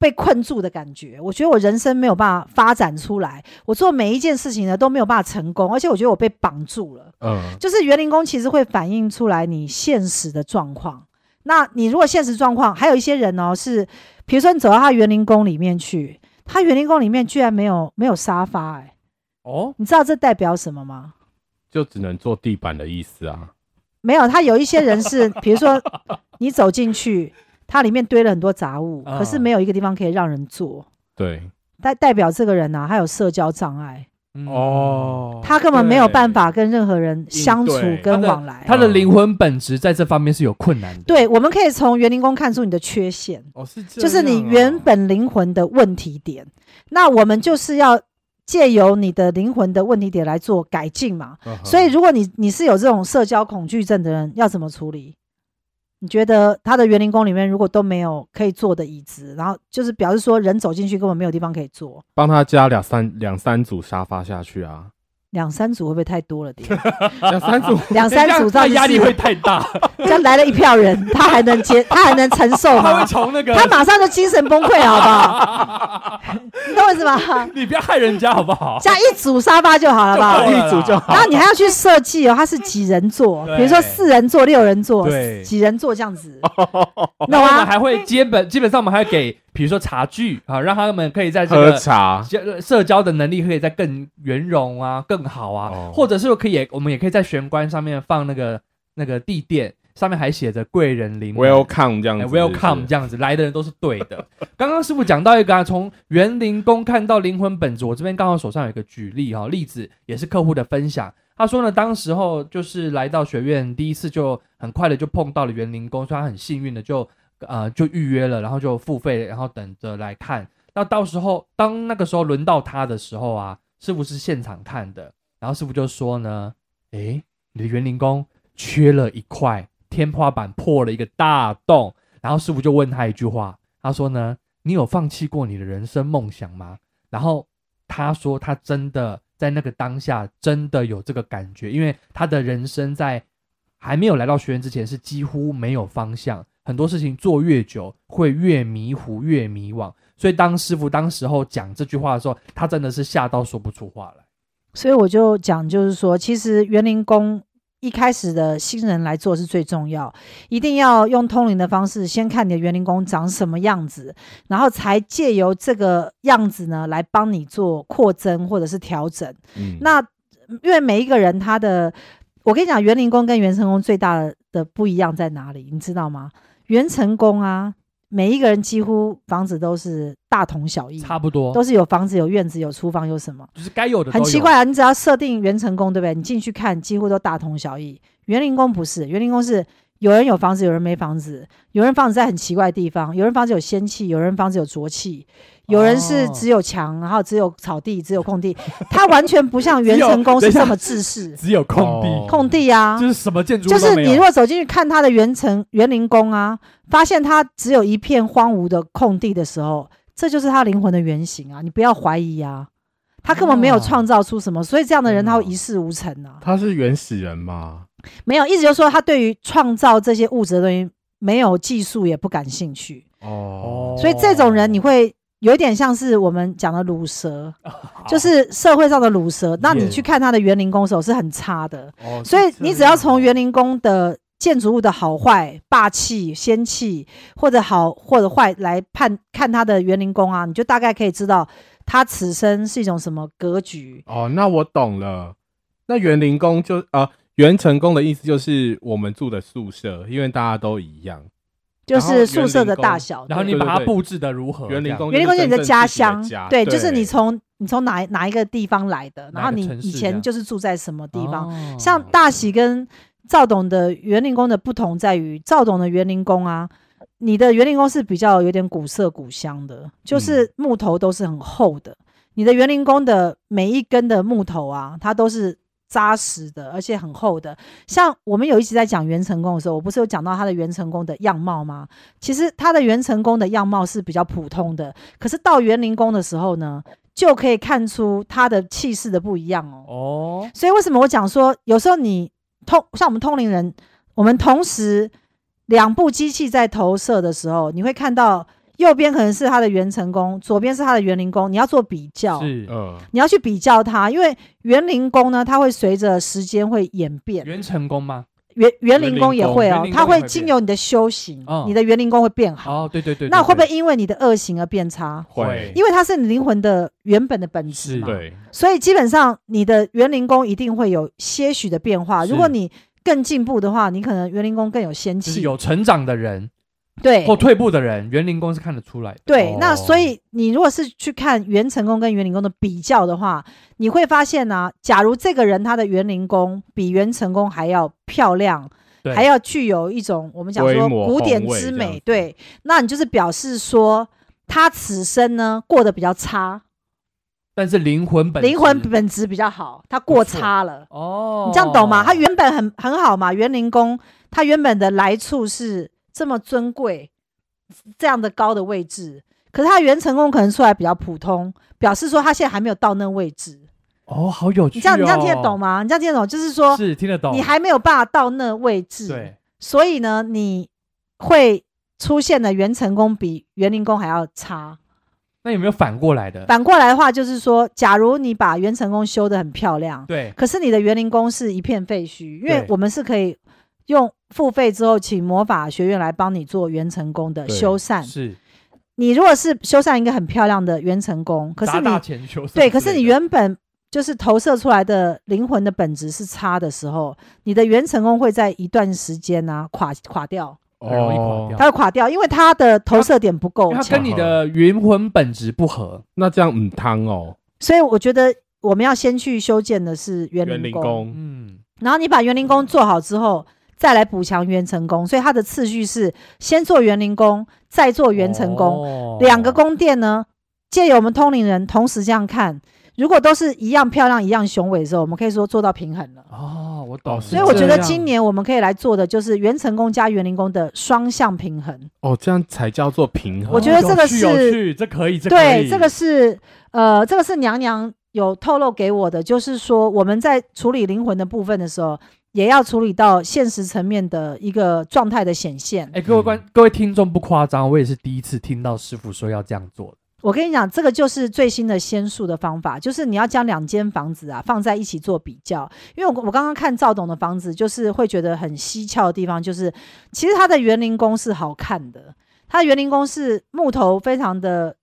S1: 被困住的感觉，我觉得我人生没有办法发展出来，我做每一件事情呢都没有办法成功，而且我觉得我被绑住了。
S3: 嗯，
S1: 就是园林工其实会反映出来你现实的状况。那你如果现实状况，还有一些人哦，是比如说你走到他园林工里面去，他园林工里面居然没有没有沙发、哎，
S2: 哦，
S1: 你知道这代表什么吗？
S3: 就只能做地板的意思啊。
S1: 没有，他有一些人是，比如说你走进去，它里面堆了很多杂物，可是没有一个地方可以让人坐，
S3: 对，
S1: 代代表这个人呐、啊，他有社交障碍，
S2: 嗯
S3: 哦
S1: 他根本没有
S3: 对
S1: 办法跟任何人相处
S3: 应对
S1: 跟
S2: 他的
S1: 往来。
S2: 他的灵魂本质在这方面是有困难的，
S1: 对，我们可以从园林工看出你的缺陷。
S2: 哦是这
S1: 就是你
S2: 样啊
S1: 原本灵魂的问题点。那我们就是要借由你的灵魂的问题点来做改进嘛。
S3: 嗯哼
S1: 所以，如果你你是有这种社交恐惧症的人，要怎么处理？你觉得他的园林宫里面如果都没有可以坐的椅子，然后就是表示说人走进去根本没有地方可以坐，
S3: 帮他加两三两三组沙发下
S2: [laughs]
S3: 去啊，
S1: 两三组会不会太多了点？
S3: 两三组
S1: 两三组到
S2: 他
S1: 底
S2: 压力
S1: 是 [laughs]
S2: 会 [laughs] 太大，
S1: 这样来了一票人，他还能接，他还能承受
S2: 他会
S1: 吗？
S2: 从那个
S1: 他马上就精神崩溃，好不好？
S2: [laughs]
S1: 你懂我意思吗？
S2: 你不要害人家好不好？
S1: 加一组沙发就好了，好不好？
S2: 啊
S3: 一组就好
S1: 然后你还要去设计哦，它是几人座，
S2: 对
S1: 比如说四人座、六人座
S2: 对、哦
S1: 几人座这样子，
S2: 那
S1: 那
S2: 我们
S1: 啊，
S2: 还会基本基本上我们还会给，比如说茶具啊，让他们可以在这
S3: 喝
S2: 个
S3: 茶，
S2: 社社交的能力可以再更圆融啊，更好啊，
S3: 哦
S2: 或者是可以也我们也可以在玄关上面放那个那个地垫，上面还写着贵人临门
S3: welcome 这样
S2: 哎
S3: 子
S2: ，welcome 这样子，来的人都是对的。 [laughs] 刚刚师傅讲到一个啊，从园林工看到灵魂本质，我这边刚好手上有一个举例哈、例子也是客户的分享。他说呢，当时候就是来到学院第一次就很快的就碰到了园林工，所以他很幸运的就呃就预约了，然后就付费，然后等着来看。那到时候当那个时候轮到他的时候啊，师傅是现场看的，然后师傅就说呢，诶，你的园林工缺了一块，天花板破了一个大洞。然后师傅就问他一句话，他说呢，你有放弃过你的人生梦想吗？然后他说他真的在那个当下真的有这个感觉，因为他的人生在还没有来到学院之前是几乎没有方向，很多事情做越久会越迷糊越迷惘。所以当师傅当时候讲这句话的时候，他真的是吓到说不出话来。
S1: 所以我就讲，就是说，其实园林工一开始的新人来做是最重要，一定要用通灵的方式，先看你的园林工长什么样子，然后才借由这个样子呢，来帮你做扩增或者是调整。
S3: 嗯
S1: 那因为每一个人他的，我跟你讲，园林工跟元成功最大的不一样在哪里，你知道吗？元成功啊，每一个人几乎房子都是大同小异，
S2: 差不多
S1: 嗯都是有房子、有院子、有厨房、有什么。
S2: 就是该有的都
S1: 很
S2: 有
S1: 奇，怪啊！你只要设定元成功，对不对？你进去看，几乎都大同小异。园林宫不是，园林宫是有人有房子，有人没房子，有人房子在很奇怪的地方，有人房子有仙气，有人房子有浊气，有人是
S2: 哦
S1: 只有墙，然后只有草地，只有空地，它完全不像元成功
S2: 只
S1: 是这
S2: 有等一下
S1: 么制式。
S2: 只有空地，
S3: 哦
S1: 空地啊，
S2: 就是什么建筑物
S1: 就
S2: 都
S1: 是
S2: 没有
S1: 你如果走进去看它的园城园林宫啊，发现它只有一片荒芜的空地的时候，这就是它灵魂的原型啊！你不要怀疑啊，他根本没有
S2: 哦
S1: 创造出什么，所以这样的人
S3: 天
S1: 他
S3: 哪
S1: 会一事无成啊。
S3: 他是原始人嘛？
S1: 没有，一直就说他对于创造这些物质的东西没有技术也不感兴趣，
S3: 哦，
S1: 所以这种人你会有一点像是我们讲的乳蛇，就是社会上的乳蛇。那你
S2: Yeah
S1: 去看他的园林宫手是很差的，
S2: 哦，
S1: 所以
S2: 是
S1: 你
S2: 这
S1: 只要
S2: 样
S1: 从园林宫的建筑物的好坏、霸气、仙气，或者好或者坏来判看它的园林宫啊，你就大概可以知道它此生是一种什么格局。
S3: 哦，那我懂了。那园林宫就啊，园、成宫的意思就是我们住的宿舍，因为大家都一样。
S1: 就
S3: 然后
S1: 是宿舍的大小，
S2: 然后你
S1: 对
S2: 把它
S3: 对对对
S2: 布置的如何？
S3: 园林宫
S1: 园林宫
S3: 就是是
S1: 你的
S3: 真正
S1: 家
S3: 自己的
S1: 乡，
S3: 家
S1: 对，
S3: 对
S1: 就是你从你从哪哪一个地方来的，然
S2: 哪
S1: 后
S2: 一个
S1: 你
S2: 城市
S1: 以
S2: 这
S1: 前
S2: 样
S1: 就是住在什么地方。
S2: 方
S1: 像大喜跟赵董的园林宫的不同在于，赵董的园林宫啊，你的园林宫是比较有点古色古香的，就是木头都是很厚的。你的园林宫的每一根的木头啊，它都是扎实的，而且很厚的。像我们有一集在讲元成功的时候，我不是有讲到它的元成功的样貌吗？其实它的元成功的样貌是比较普通的，可是到园林宫的时候呢，就可以看出它的气势的不一样哦。
S2: 哦，
S1: 所以为什么我讲说，有时候你通像我们通灵人，我们同时两部机器在投射的时候，你会看到右边可能是它的元成功，左边是它的元灵宫，你要做比较。
S2: 是
S3: 嗯，
S1: 你要去比较它，因为元灵宫呢，它会随着时间会演变，
S2: 元成功吗？
S1: 元元灵宫也会
S2: 元灵
S1: 哦
S2: 宫，
S1: 它
S2: 也会
S1: 会
S2: 变
S1: 经由你的修行，
S2: 哦
S1: 你的元灵宫会变好。
S2: 哦，对对对，
S1: 那
S2: 对
S1: 会不会
S2: 对
S1: 因为你的恶行而变差？
S3: 会
S1: 因为它是你灵魂的原本的本质
S2: 是
S1: 嘛。
S3: 对
S1: 所以基本上你的园林宫一定会有些许的变化。
S2: 是
S1: 如果你更进步的话，你可能园林宫更有仙
S2: 就是
S1: 气。
S2: 有成长的人
S1: 对
S2: 或退步的人，园林宫是看得出来的。
S1: 对，
S3: 哦
S1: 那所以你如果是去看元成功跟园林宫的比较的话，你会发现呢、假如这个人他的园林宫比元成功还要漂亮。
S2: 对
S1: 还要具有一种我们讲说
S3: 规模
S1: 古典
S3: 宏伟
S1: 之
S3: 这样
S1: 美
S3: 子，
S1: 对，那你就是表示说他此生呢过得比较差，
S2: 但是灵魂本
S1: 灵魂
S2: 质
S1: 本质比较好，他过
S2: 错
S1: 差了。
S2: 哦，
S1: 你这样懂吗？他原本很很好嘛，园林宫他原本的来处是这么尊贵，这样的高的位置，可是他元成功可能出来比较普通，表示说他现在还没有到那位置。
S2: 哦，好有趣、哦，
S1: 你这样你这样听得懂
S2: 吗？
S1: 吗？你这样听得懂，就是说
S2: 是听得懂，
S1: 你还没有办法到那位置，
S2: 对
S1: 所以呢，你会出现的元成功比园林宫还要差。
S2: 那有没有反过来的？
S1: 反过来的话，就是说，假如你把元成功修得很漂亮，
S2: 对，
S1: 可是你的园林宫是一片废墟，因为
S2: 对
S1: 我们是可以用付费之后，请魔法学院来帮你做元成功的
S3: 对
S1: 修缮。
S2: 是
S1: 你如果是修缮一个很漂亮的元成功，可是
S2: 砸
S1: 你
S2: 大钱求
S1: 对，可是你原本就是投射出来的灵魂的本质是差的时候，你的元成功会在一段时间啊垮垮掉，
S3: 哦
S2: 很容易垮掉
S1: 它会垮掉，因为它的投射点不够
S2: 因为它
S1: 强
S2: 跟。你的灵魂本质不合，
S3: 那这样嗯汤哦，
S1: 所以我觉得我们要先去修建的是园
S3: 园林
S1: 林宫。
S3: 宫
S2: 嗯，
S1: 然后你把园林宫做好之后，再来补强元成功，所以它的次序是先做园林宫，再做元成功。
S2: 哦
S1: 两个宫殿呢，借由我们通灵人同时这样看，如果都是一样漂亮、一样雄伟的时候，我们可以说做到平衡了。
S2: 哦，我懂了，
S3: 哦是
S1: 所以我觉
S2: 这
S1: 得
S2: 样
S1: 今年我们可以来做的就是元成功加园林宫的双向平衡。
S3: 哦，这样才叫做平衡。
S1: 我觉得这个
S2: 哦有趣有
S1: 是
S2: 趣，这可以，这可
S1: 对，
S2: 以
S1: 这个是呃，这个是娘娘有透露给我的，就是说我们在处理灵魂的部分的时候，也要处理到现实层面的一个状态的显现。
S2: 哎，各位
S3: 嗯
S2: 观各位听众不夸张，我也是第一次听到师傅说要这样做的。
S1: 我跟你讲，这个就是最新的仙术的方法，就是你要将两间房子啊放在一起做比较。因为我我刚刚看赵董的房子，就是会觉得很蹊跷的地方，就是其实它的园林宫是好看的，它的园林宫是木头非常的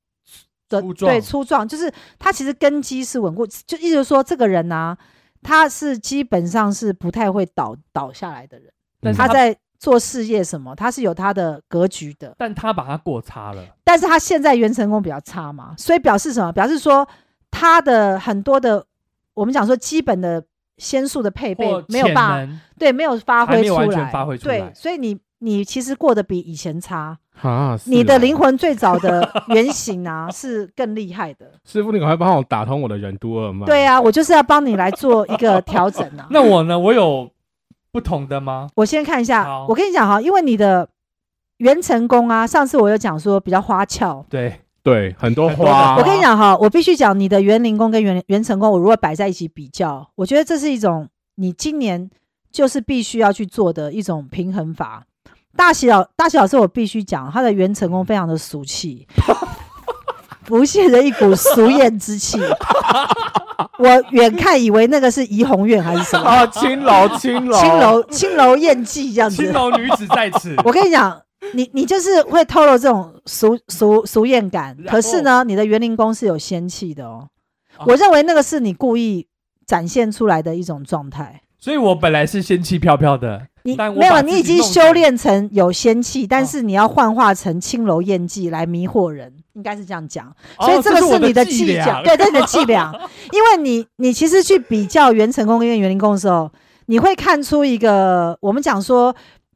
S1: 的
S2: 粗壮
S1: 对粗壮，就是它其实根基是稳固，就意思就是说这个人啊，他是基本上是不太会倒倒下来的人，
S3: 嗯
S2: 但是
S1: 他在做事业什么，它是有它的格局的。
S2: 但他把它过差了，
S1: 但是它现在元成功比较差嘛，所以表示什么？表示说它的很多的我们讲说基本的仙术的配备
S2: 或
S1: 没有
S2: 潜
S1: 办法，
S2: 能
S1: 对，没有发
S2: 还
S1: 挥
S2: 没有
S1: 出
S2: 完全
S1: 来，
S2: 发挥出
S1: 对
S2: 来，。
S1: 所以你你其实过得比以前差。
S3: 啊，是
S1: 你的
S3: 哦
S1: 灵魂最早的原型啊，是更厉害的。
S3: 师傅，你赶快帮我打通我的任督二脉。
S1: 对
S3: 呀、
S1: 啊，我就是要帮你来做一个调整啊
S2: [laughs] 那我呢？我有不同的吗？
S1: 我先看一下
S2: 好，
S1: 我跟你讲哈，因为你的元成功啊，上次我有讲说比较花俏。
S2: 对，
S3: 对，很多
S2: 很多的
S3: 花，
S2: 好
S1: 我跟你讲哈，我必须讲你的元灵宫跟元元成功，我如果摆在一起比较，我觉得这是一种你今年就是必须要去做的一种平衡法。大喜老大喜老师，我必须讲他的元成功非常的俗气，浮现着一股俗艳之气。我远看以为那个是怡红院还是什
S3: [laughs]
S1: 么
S3: [laughs] 啊，青楼，青楼，
S1: 青楼青楼艳妓这样
S2: 青
S1: 子。
S2: 楼女子在
S1: [laughs]
S2: 此， [laughs]
S1: 我跟你讲，你你就是会透露这种俗俗俗艳感，
S2: 然后
S1: 可是呢，你的园林宫是有仙气的哦。
S2: 哦
S1: 我认为那个是你故意展现出来的一种状态。
S2: 所以我本来是仙气飘飘的，
S1: 你
S2: 但我
S1: 没有，
S2: 把自己
S1: 你已经
S2: 弄成
S1: 修炼成有仙气，但
S2: 哦
S1: 是你要幻化成青楼艳妓来迷惑人，应该是这样讲。 [laughs] 所以
S2: 哦
S1: 这个
S2: 是我
S1: 你
S2: 的
S1: 伎
S2: 俩
S1: 俩，，对，这是你的伎
S2: [laughs]
S1: 俩。因为你你其实去比较元成功跟元灵宫的时候，你会看出一个我们讲说。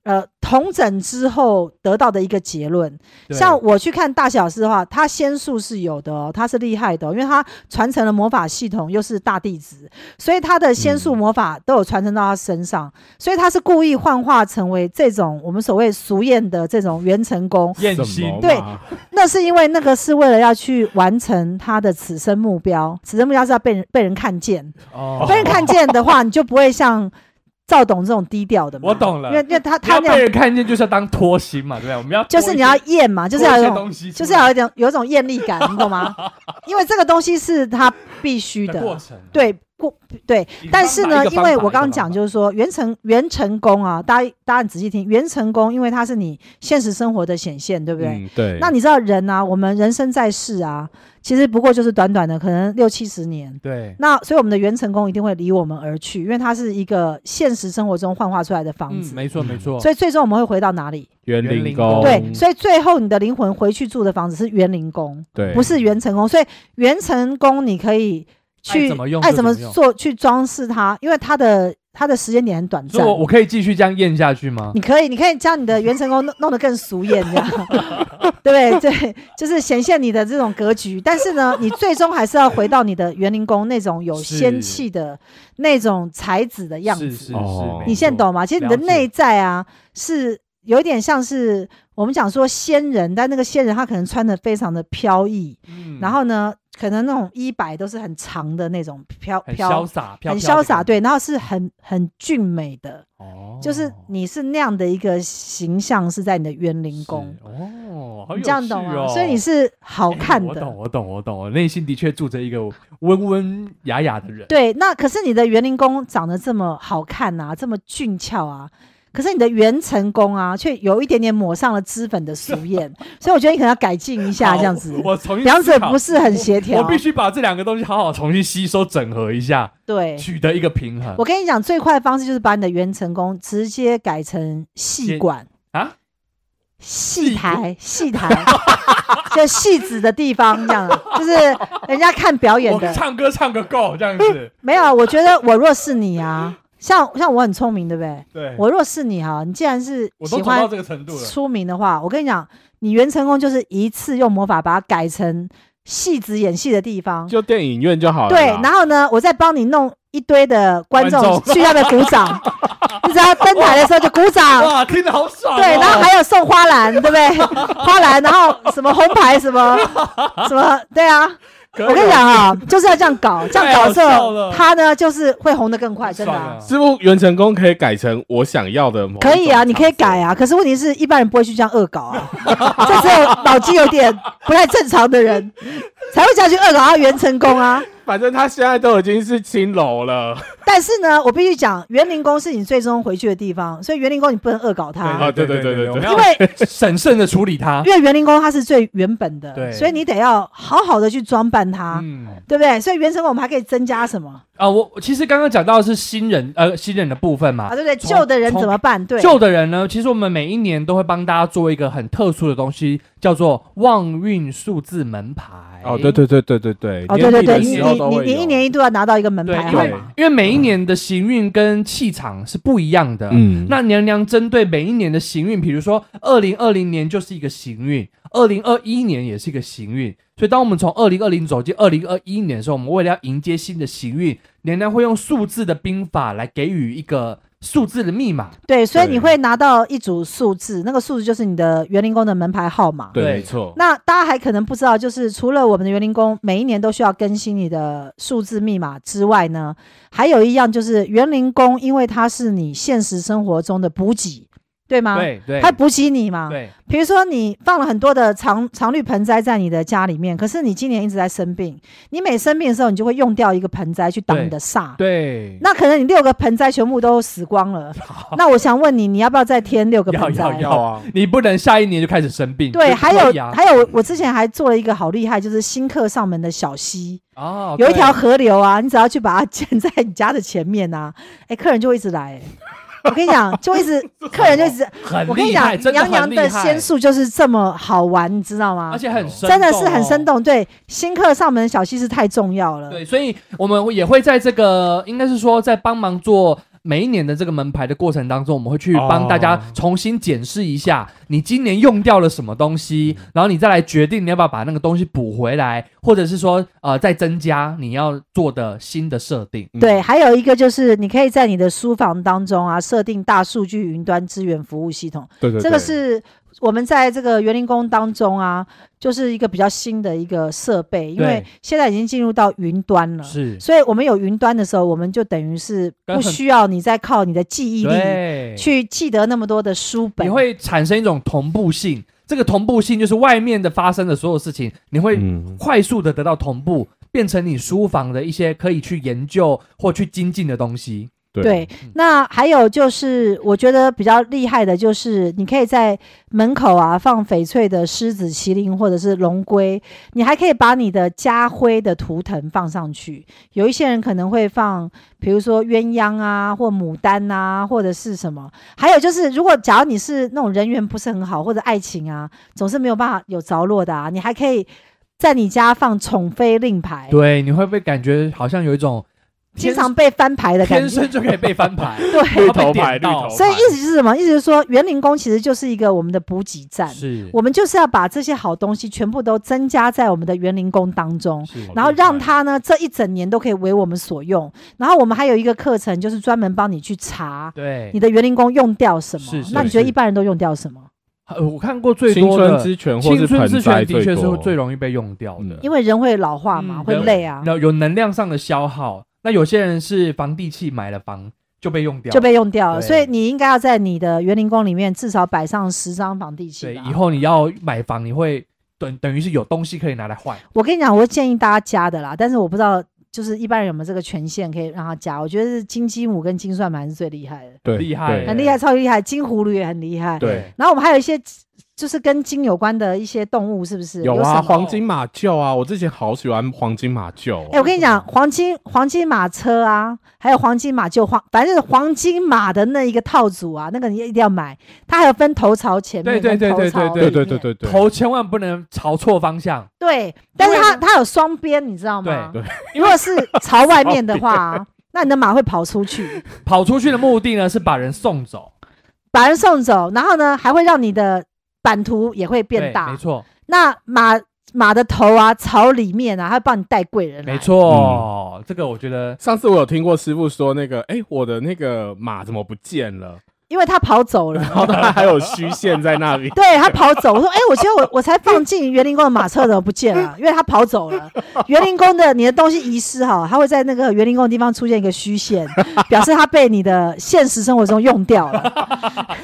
S1: 呃，同整之后得到的一个结论，
S2: 对
S1: 像我去看大小师的话，他仙术是有的哦，他是厉害的哦、因为他传承了魔法系统，又是大弟子，所以他的仙术
S3: 嗯
S1: 魔法都有传承到他身上，所以他是故意幻化成为这种我们所谓俗艳的这种元成功，
S2: 艳
S3: 什
S2: 星
S3: 么
S1: 对
S3: 嘛
S1: 那是因为那个是为了要去完成他的此生目标，此生目标是要被人被人看见，
S2: 哦
S1: 被人看见的话，你就不会像赵董这种低调的嘛，
S2: 我懂了
S1: 因为因为他他
S2: 他
S1: 那
S2: 被
S1: 样
S2: 人看见就是要当拖星嘛，对不对？我们要
S1: 就是你要艳嘛，就是要有
S2: 有
S1: 一种
S2: 东西出
S1: 就
S2: 来，
S1: 是要有一点有一种艳丽感，你懂
S2: [laughs]
S1: 吗？因为这个东西是他必须
S2: 的过
S1: 的，
S2: 程，啊
S1: 对过对。
S2: 一个方法，
S1: 但是呢，
S2: 一个
S1: 因
S2: 方法
S1: 为我刚刚，
S2: 一
S1: 讲
S2: 个方法
S1: 就是说，元成元成功啊，大家大家仔细听，元成功，因为它是你现实生活的显现，对不对？
S3: 嗯，对。
S1: 那你知道人啊，我们人生在世啊，其实不过就是短短的可能六七十年。
S2: 对，
S1: 那所以我们的元成功一定会离我们而去，因为它是一个现实生活中幻化出来的房
S2: 嗯，
S1: 子，
S2: 没错
S3: 嗯
S2: 没错，哦
S1: 所以最终我们会回到哪里？
S3: 园
S2: 园
S3: 林
S2: 林
S3: 宫，
S2: 宫
S1: 对，所以最后你的灵魂回去住的房子是园林宫。
S3: 对，
S1: 不是元成功，所以元成功你可以去
S2: 爱怎么用
S1: 爱
S2: 就
S1: 怎
S2: 怎
S1: 么
S2: 么用
S1: 做去装饰它，因为它的它的时间点很短
S2: 所以
S1: 暂。
S2: 我我可以继续这样验下去吗？
S1: 你可以，你可以将你的元成功弄弄得更俗艳，这样， [laughs] 对不对？对， [laughs] 就是显现你的这种格局。但是呢，你最终还是要回到你的园林宫那种有
S2: 是
S1: 仙气的那种才子的样子。
S2: 是是是
S3: 哦，
S1: 你现在懂吗？其实你的
S2: 了解
S1: 内在啊，是有一点像是我们讲说仙人，但那个仙人他可能穿的非常的飘逸，
S2: 嗯
S1: 然后呢，可能那种衣摆都是很长的那种飘
S2: 很
S1: 飘，
S2: 潇洒，飘
S1: 很
S2: 飘
S1: 潇
S2: 的
S1: 洒，
S2: 感觉，
S1: 对，然后是很很俊美的，
S2: 哦
S1: 就是你是那样的一个形象是在你的园林宫，
S2: 是哦，好
S1: 你
S2: 有
S1: 这样懂
S2: 趣
S1: 吗？
S2: 哦
S1: 所以你是好
S2: 哎
S1: 看
S2: 我
S1: 的
S2: 懂，，我懂，我懂，我内心的确住着一个温温雅雅的人，
S1: 对。那可是你的园林宫长得这么好看啊，这么俊俏啊。可是你的元成功啊，却有一点点抹上了脂粉的俗
S2: [laughs]
S1: 艳，所以我觉得你可能要改进一下
S2: 好
S1: 这样子，
S2: 我重新
S1: 两者
S2: 思考
S1: 不是很协
S2: 我
S1: 调。
S2: 必须把这两个东西好好重新吸收整合一下，
S1: 对，
S2: 取得一个平衡
S1: 我。跟你讲，最快的方式就是把你的原成功直接改成戏馆
S2: 啊，
S1: 戏台，戏台，就戏子的地方，这样，就是人家看表演
S2: 我
S1: 的。
S2: 唱歌唱个够这
S1: [laughs]
S2: 样子，
S1: 没有，啊我觉得我若是你啊，像像我很聪明，对不对？
S2: 对，
S1: 我若是你哈、你既然是
S2: 我都
S1: 喜
S2: 走到
S1: 欢
S2: 这个程度了，
S1: 出名的话，我跟你讲，你原成功就是一次用魔法把它改成戏子演戏的地方，
S3: 就电影院就
S2: 哦
S3: 好了啦。
S1: 对，然后呢，我再帮你弄一堆的观众
S2: 啊观众
S1: 去那边鼓
S2: [laughs]
S1: 掌，你只要登台的时候就鼓掌。
S2: 哇，听得好爽哦。
S1: 对，然后还有送花篮，对不
S2: [laughs]
S1: 对？花篮，然后什么红牌，什么什么，对啊。
S2: 可以
S1: 我跟你讲啊，就是要这样搞，这样搞之
S2: 太好笑
S1: 后，
S2: 了
S1: 他呢就是会红的更快，真的
S2: 爽
S1: 啊、
S2: 了
S3: 师傅，元成功可以改成我想要的某一种
S1: 可以啊，你可以
S3: 场
S1: 改
S3: 景。
S1: 啊。可是问题是一般人不会去这样恶搞啊， [laughs] 这只有脑筋有点不太正常的人才会这样去恶搞他原成功啊。
S3: 反正他现在都已经是青楼了，
S1: 但是呢，我必须讲，园林宫是你最终回去的地方，所以园林宫你不能恶搞它，
S3: 啊对对对对对
S2: 我们
S1: 因
S2: 要
S1: 为
S2: 审慎的处理
S1: [laughs]
S2: 它。
S1: 因为园林宫它是最原本的，
S2: 对
S1: 所以你得要好好的去装扮它，
S2: 嗯，
S1: 对不对？所以原成功我们还可以增加什么？
S2: 啊，我我其实刚刚讲到的是新人呃新人的部分嘛
S1: 啊，，对不对？
S2: 从
S1: 旧的人怎么办？对，
S2: 旧的人呢，其实我们每一年都会帮大家做一个很特殊的东西，叫做旺运数字门牌。
S3: [laughs] 哦，对对对对对对，
S1: 哎哦，对对对，
S3: 年
S1: 你
S3: 底的时
S1: 你
S3: 候都
S1: 你
S3: 会
S1: 你
S3: 有
S1: 一年一度要拿到一个门
S2: 对，
S1: 牌
S2: 因
S1: 号
S2: 为
S1: 码，
S2: 因为每一年的行运跟气场是不一样的。
S3: 嗯，
S2: 那娘娘针对每一年的行运，比如说二零二零年就是一个行运，二零二一年也是一个行运，所以当我们从二零二零走进二零二一年的时候，我们为了要迎接新的行运，娘娘会用数字的兵法来给予一个数字的密码。
S1: 对，所以
S3: 对
S1: 你会拿到一组数字，那个数字就是你的园林工的门牌号码。
S3: 对
S2: 对
S3: 没错，
S1: 那大家还可能不知道，就是除了我们的园林工每一年都需要更新你的数字密码之外呢，还有一样就是园林工，因为它是你现实生活中的补给，对吗？，
S2: 对对
S1: 它补给你嘛。
S2: 对
S1: 比如说你放了很多的常常绿盆栽在你的家里面，可是你今年一直在生病，你每生病的时候，你就会用掉一个盆栽去挡你的煞。
S2: 对，
S1: 那可能你六个盆栽全部都死光
S2: [laughs]
S1: 了，那我想问你，你要不要再添六个盆栽？
S2: 要
S3: 啊，
S2: 你不能下一年就开始生病。
S1: 对，
S2: 就
S1: 还
S2: 可以
S1: 有
S2: 啊
S1: 还有我，我之前还做了一个好厉害，就是新客上门的小溪，
S2: 哦，
S1: 有一条
S2: 对
S1: 河流啊，你只要去把它 [laughs] 建在你家的前面啊，哎，客人就会一直来、哎我跟你讲，就一
S2: [laughs]
S1: 直客人就一直，我
S2: 很
S1: 跟你
S2: 厉
S1: 讲
S2: 害，，真的
S1: 娘
S2: 很
S1: 娘
S2: 厉
S1: 的
S2: 害
S1: 仙，术就是这么好玩，你知道吗
S2: 而？且很生
S1: 真的是很
S2: 哦
S1: 生。动，对，新客上门的小溪是太重要了。
S2: 对，所以我们也会在这个，应该是说在帮忙做每一年的这个门牌的过程当中，我们会去帮大家
S3: 哦
S2: 重新检视一下你今年用掉了什么东西，然后你再来决定你要不要把那个东西补回来，或者是说呃再增加你要做的新的设定。
S3: 嗯
S1: 对，，还有一个就是你可以在你的书房当中啊，设定大数据云端资源服务系统，
S3: 对对，
S1: 这个
S3: 对
S1: 是我们在这个园林工当中啊，就是一个比较新的一个设备，因为
S2: 对
S1: 现在已经进入到云端了。
S2: 是，
S1: 所以我们有云端的时候，我们就等于是
S2: 跟
S1: 不
S2: 很
S1: 需要你再靠你的记忆力
S2: 对，
S1: 去记得那么多的书本。
S2: 你会产生一种同步性，这个同步性就是外面的发生的所有事情，你会
S3: 嗯，
S2: 快速的得到同步，变成你书房的一些可以去研究或去精进的东西。
S1: 对
S3: 对，
S2: 嗯，
S1: 那还有就是，我觉得比较厉害的就是，你可以在门口啊放翡翠的狮子、麒麟或者是龙龟，你还可以把你的家徽的图腾放上去。有一些人可能会放，比如说鸳鸯啊，或牡丹啊，或者是什么。还有就是，如果假如你是那种人缘不是很好，或者爱情啊总是没有办法有着落的啊，你还可以在你家放宠妃令牌，
S2: 对，你会不会感觉好像有一种
S1: 哎经
S2: 天
S1: 常被翻牌的感
S2: 天
S1: 觉。
S2: 生就可以被
S1: [laughs]
S2: 翻牌？
S1: 对，
S3: 绿头
S2: 被
S3: 牌，
S2: 点
S3: 绿
S2: 到
S3: 头牌，
S1: 所以意思是什么？意思是说，园林工其实就是一个我们的补给站，
S2: 是
S1: 我们就是要把这些好东西全部都增加在我们的园林工当中。
S2: 是，
S1: 然后让它呢这一整年都可以为我们所用。然后我们还有一个课程，就是专门帮你去查
S2: 对
S1: 你。的园林工用掉什么。
S2: 是是
S1: 那你觉得
S3: 是
S1: 一般人都用掉什么？
S2: 呃我看过最
S3: 青
S2: 多
S3: 春
S2: 的
S3: 之泉或
S2: 青
S3: 是
S2: 春之泉
S3: 盆栽
S2: 的确是会
S3: 多
S2: 最容易被用掉的
S3: 嗯，
S1: 因为人会老化嘛，
S2: 嗯
S1: 会
S2: 人
S1: 累啊，
S2: 那有能量上的消耗。那有些人是房地契买了房就被用掉，
S1: 就被用掉了。
S2: 对
S1: 所以你应该要在你的园林工里面至少摆上十张房地契
S2: 对，
S1: 吧。
S2: 以后你要买房，你会等等于是有东西可以拿来换。
S1: 我跟你讲，我建议大家加的啦，但是我不知道就是一般人有没有这个权限可以让他加。我觉得是金鸡母跟金算盘是最厉害的，
S3: 对
S2: 厉害
S3: 对
S1: 很厉害，超厉害。金葫芦也很厉害。
S3: 对
S1: 然后我们还有一些就是跟金有关的一些动物，是不是？
S3: 有
S1: 什
S3: 啊，
S1: 么
S3: 黄金马厩啊，我之前好喜欢黄金马厩哦。
S1: 哎、我跟你讲，黄金黄金马车啊，还有黄金马厩黄，反正就是黄金马的那一个套组啊，那个你一定要买。它还有分头朝前面
S2: 对
S1: 跟
S2: 对对
S1: 头哎
S2: 对
S1: 朝
S2: 对
S3: 对
S1: 里
S3: 对
S1: 面
S3: 对对对，
S2: 头千万不能朝错方向，
S1: 对，但是
S2: 因为
S1: 它它有双边，你知道吗？
S3: 对对
S1: 如果是朝外面的话啊、那你的马会跑出去。
S2: 跑出去的目的呢是把人送走，
S1: 把人送走，然后呢，还会让你的版图也会
S2: 对
S1: 变
S2: 没
S1: 大。
S2: 错，
S1: 那马马的头啊，朝里面啊，它会帮你带贵人来
S2: 没，错，这个我觉得
S3: 上次我有听过师傅说那个，哎、我的那个马怎么不见了？
S1: 因为它跑走
S2: [laughs]
S3: 然
S1: 了。。
S3: 后它 [laughs] 还有虚线在那里
S1: [laughs] 对它跑走，我说，哎、我觉得我我才放进园林宫的马车，怎么不见了？因为它跑走了。园林宫的你的东西遗失哈，它会在那个园林宫的地方出现一个虚线，表示它被你的现实生活中用掉
S2: [laughs]
S1: 了，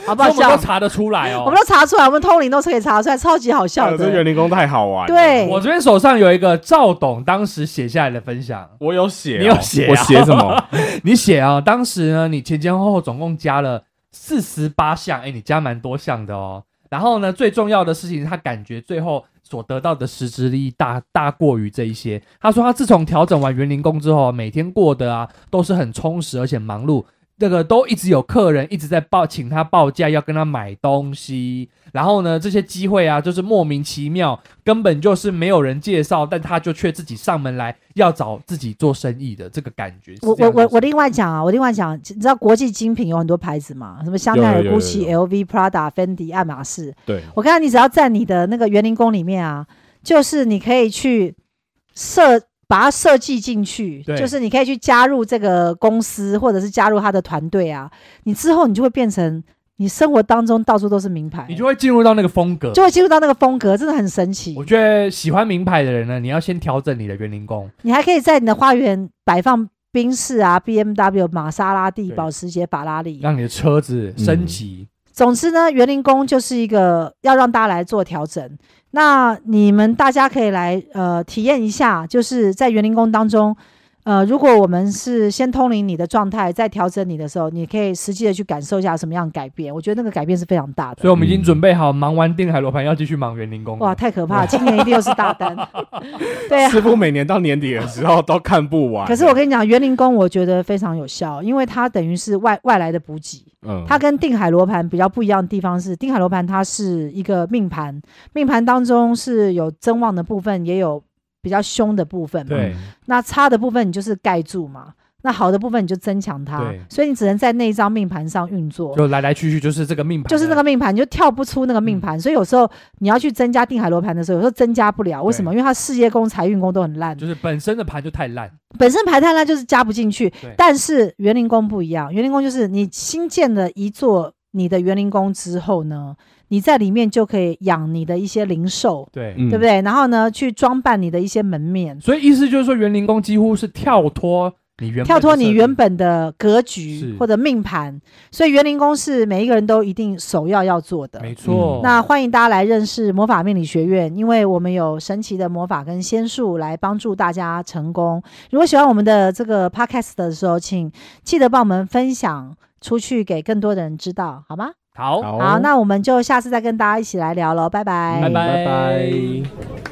S1: 好不好
S2: 这我们
S1: 笑
S2: 都？查得出来
S1: 我
S2: 哦
S1: 们。都查出来，我们通灵都是可以查出来，超级好笑
S3: 哎这园
S1: 的。
S3: 林工太好玩了。
S1: 对
S2: 我这边手上有一个赵董当时写下来的分享，
S3: 我有写哦、
S2: 你有写啊
S3: 我写什
S2: [laughs]
S3: 么？
S2: 你写啊，当时呢，你前前后后总共加了四十八项，哎，你加蛮多项的哦。然后呢，最重要的事情，他感觉最后所得到的实质利益大大过于这一些。他说他啊自从调整完园林工之后啊，每天过得啊都是很充实而且忙碌，这个都一直有客人一直在报请他报价，要跟他买东西。然后呢，这些机会啊，就是莫名其妙，根本就是没有人介绍，但他就却自己上门来要找自己做生意的这个感觉。是
S1: 我
S2: 这
S1: 我
S2: 样
S1: 我
S2: 子
S1: 我另外讲啊，我另外讲，你知道国际精品有很多牌子嘛，什么香奈
S3: 有
S1: 儿、
S3: 有有有
S1: GUCCI、LV、Prada、Fendi、爱马仕。
S3: 对，
S1: 我看你只要在你的那个园林宫里面啊，就是你可以去设把它设计进去，
S2: 对
S1: 就是你可以去加入这个公司，或者是加入他的团队啊。你之后你就会变成你生活当中到处都是名牌，
S2: 你就会进入到那个风格，
S1: 就会进入到那个风格，真的很神奇
S2: 我。觉得喜欢名牌的人呢，你要先调整你的园林工。
S1: 你还可以在你的花园摆放宾士啊、B M W、玛莎拉蒂、
S2: 对
S1: 保时捷、法拉利。
S2: 让你的车子升级。
S1: 总之呢，园林工就是一个要让大家来做调整。那你们大家可以来呃体验一下，就是在园林工当中，呃，如果我们是先通灵你的状态，再调整你的时候，你可以实际的去感受一下有什么样的改变。我觉得那个改变是非常大
S2: 所以嗯
S1: 的。
S2: 我们已经准备好，忙完定海罗盘要继续忙园林工。
S1: 哇，，太可怕了！今年一定又是大
S2: [laughs]
S1: 单，对啊。
S3: 师傅每年到年底的时候都看不完。
S1: 可是我跟你讲，园林工我觉得非常有效，因为它等于是外外来的补给。
S3: 嗯
S1: 它跟定海罗盘比较不一样的地方是，定海罗盘它是一个命盘，命盘当中是有增旺的部分，也有比较凶的部分嘛。
S2: 对
S1: 那差的部分你就是盖住嘛，那好的部分你就增强它
S2: 对，
S1: 所以你只能在那一张命盘上运作。
S2: 就来来去去就是这个命盘，
S1: 就是那个命盘，你就跳不出那个命盘，所以有时候你要去增加定海罗盘的时候，有时候增加不了，为什么？因为它事业宫、财运宫都很烂，
S2: 就是本身的盘就太烂，
S1: 本身排碳呢就是加不进去
S2: 对，
S1: 但是园林宫不一样，园林宫就是你新建了一座你的园林宫之后呢，你在里面就可以养你的一些零售，
S2: 对。
S3: 嗯
S1: 对不对？然后呢，去装扮你的一些门面，
S2: 所以意思就是说，园林工几乎是跳脱你原本的
S1: 跳脱你
S2: 设定
S1: 原本的格
S2: 是
S1: 局或者命盘，所以园林宫是每一个人都一定首要要做的。嗯
S2: 没错。
S1: 那欢迎大家来认识魔法命理学院，因为我们有神奇的魔法跟仙术来帮助大家成功。如果喜欢我们的这个 podcast 的时候，请记得帮我们分享出去给更多的人知道，好吗？
S2: 好，
S3: 好
S1: 好，那我们就下次再跟大家一起来聊喽，拜拜，
S2: 拜
S3: 拜拜。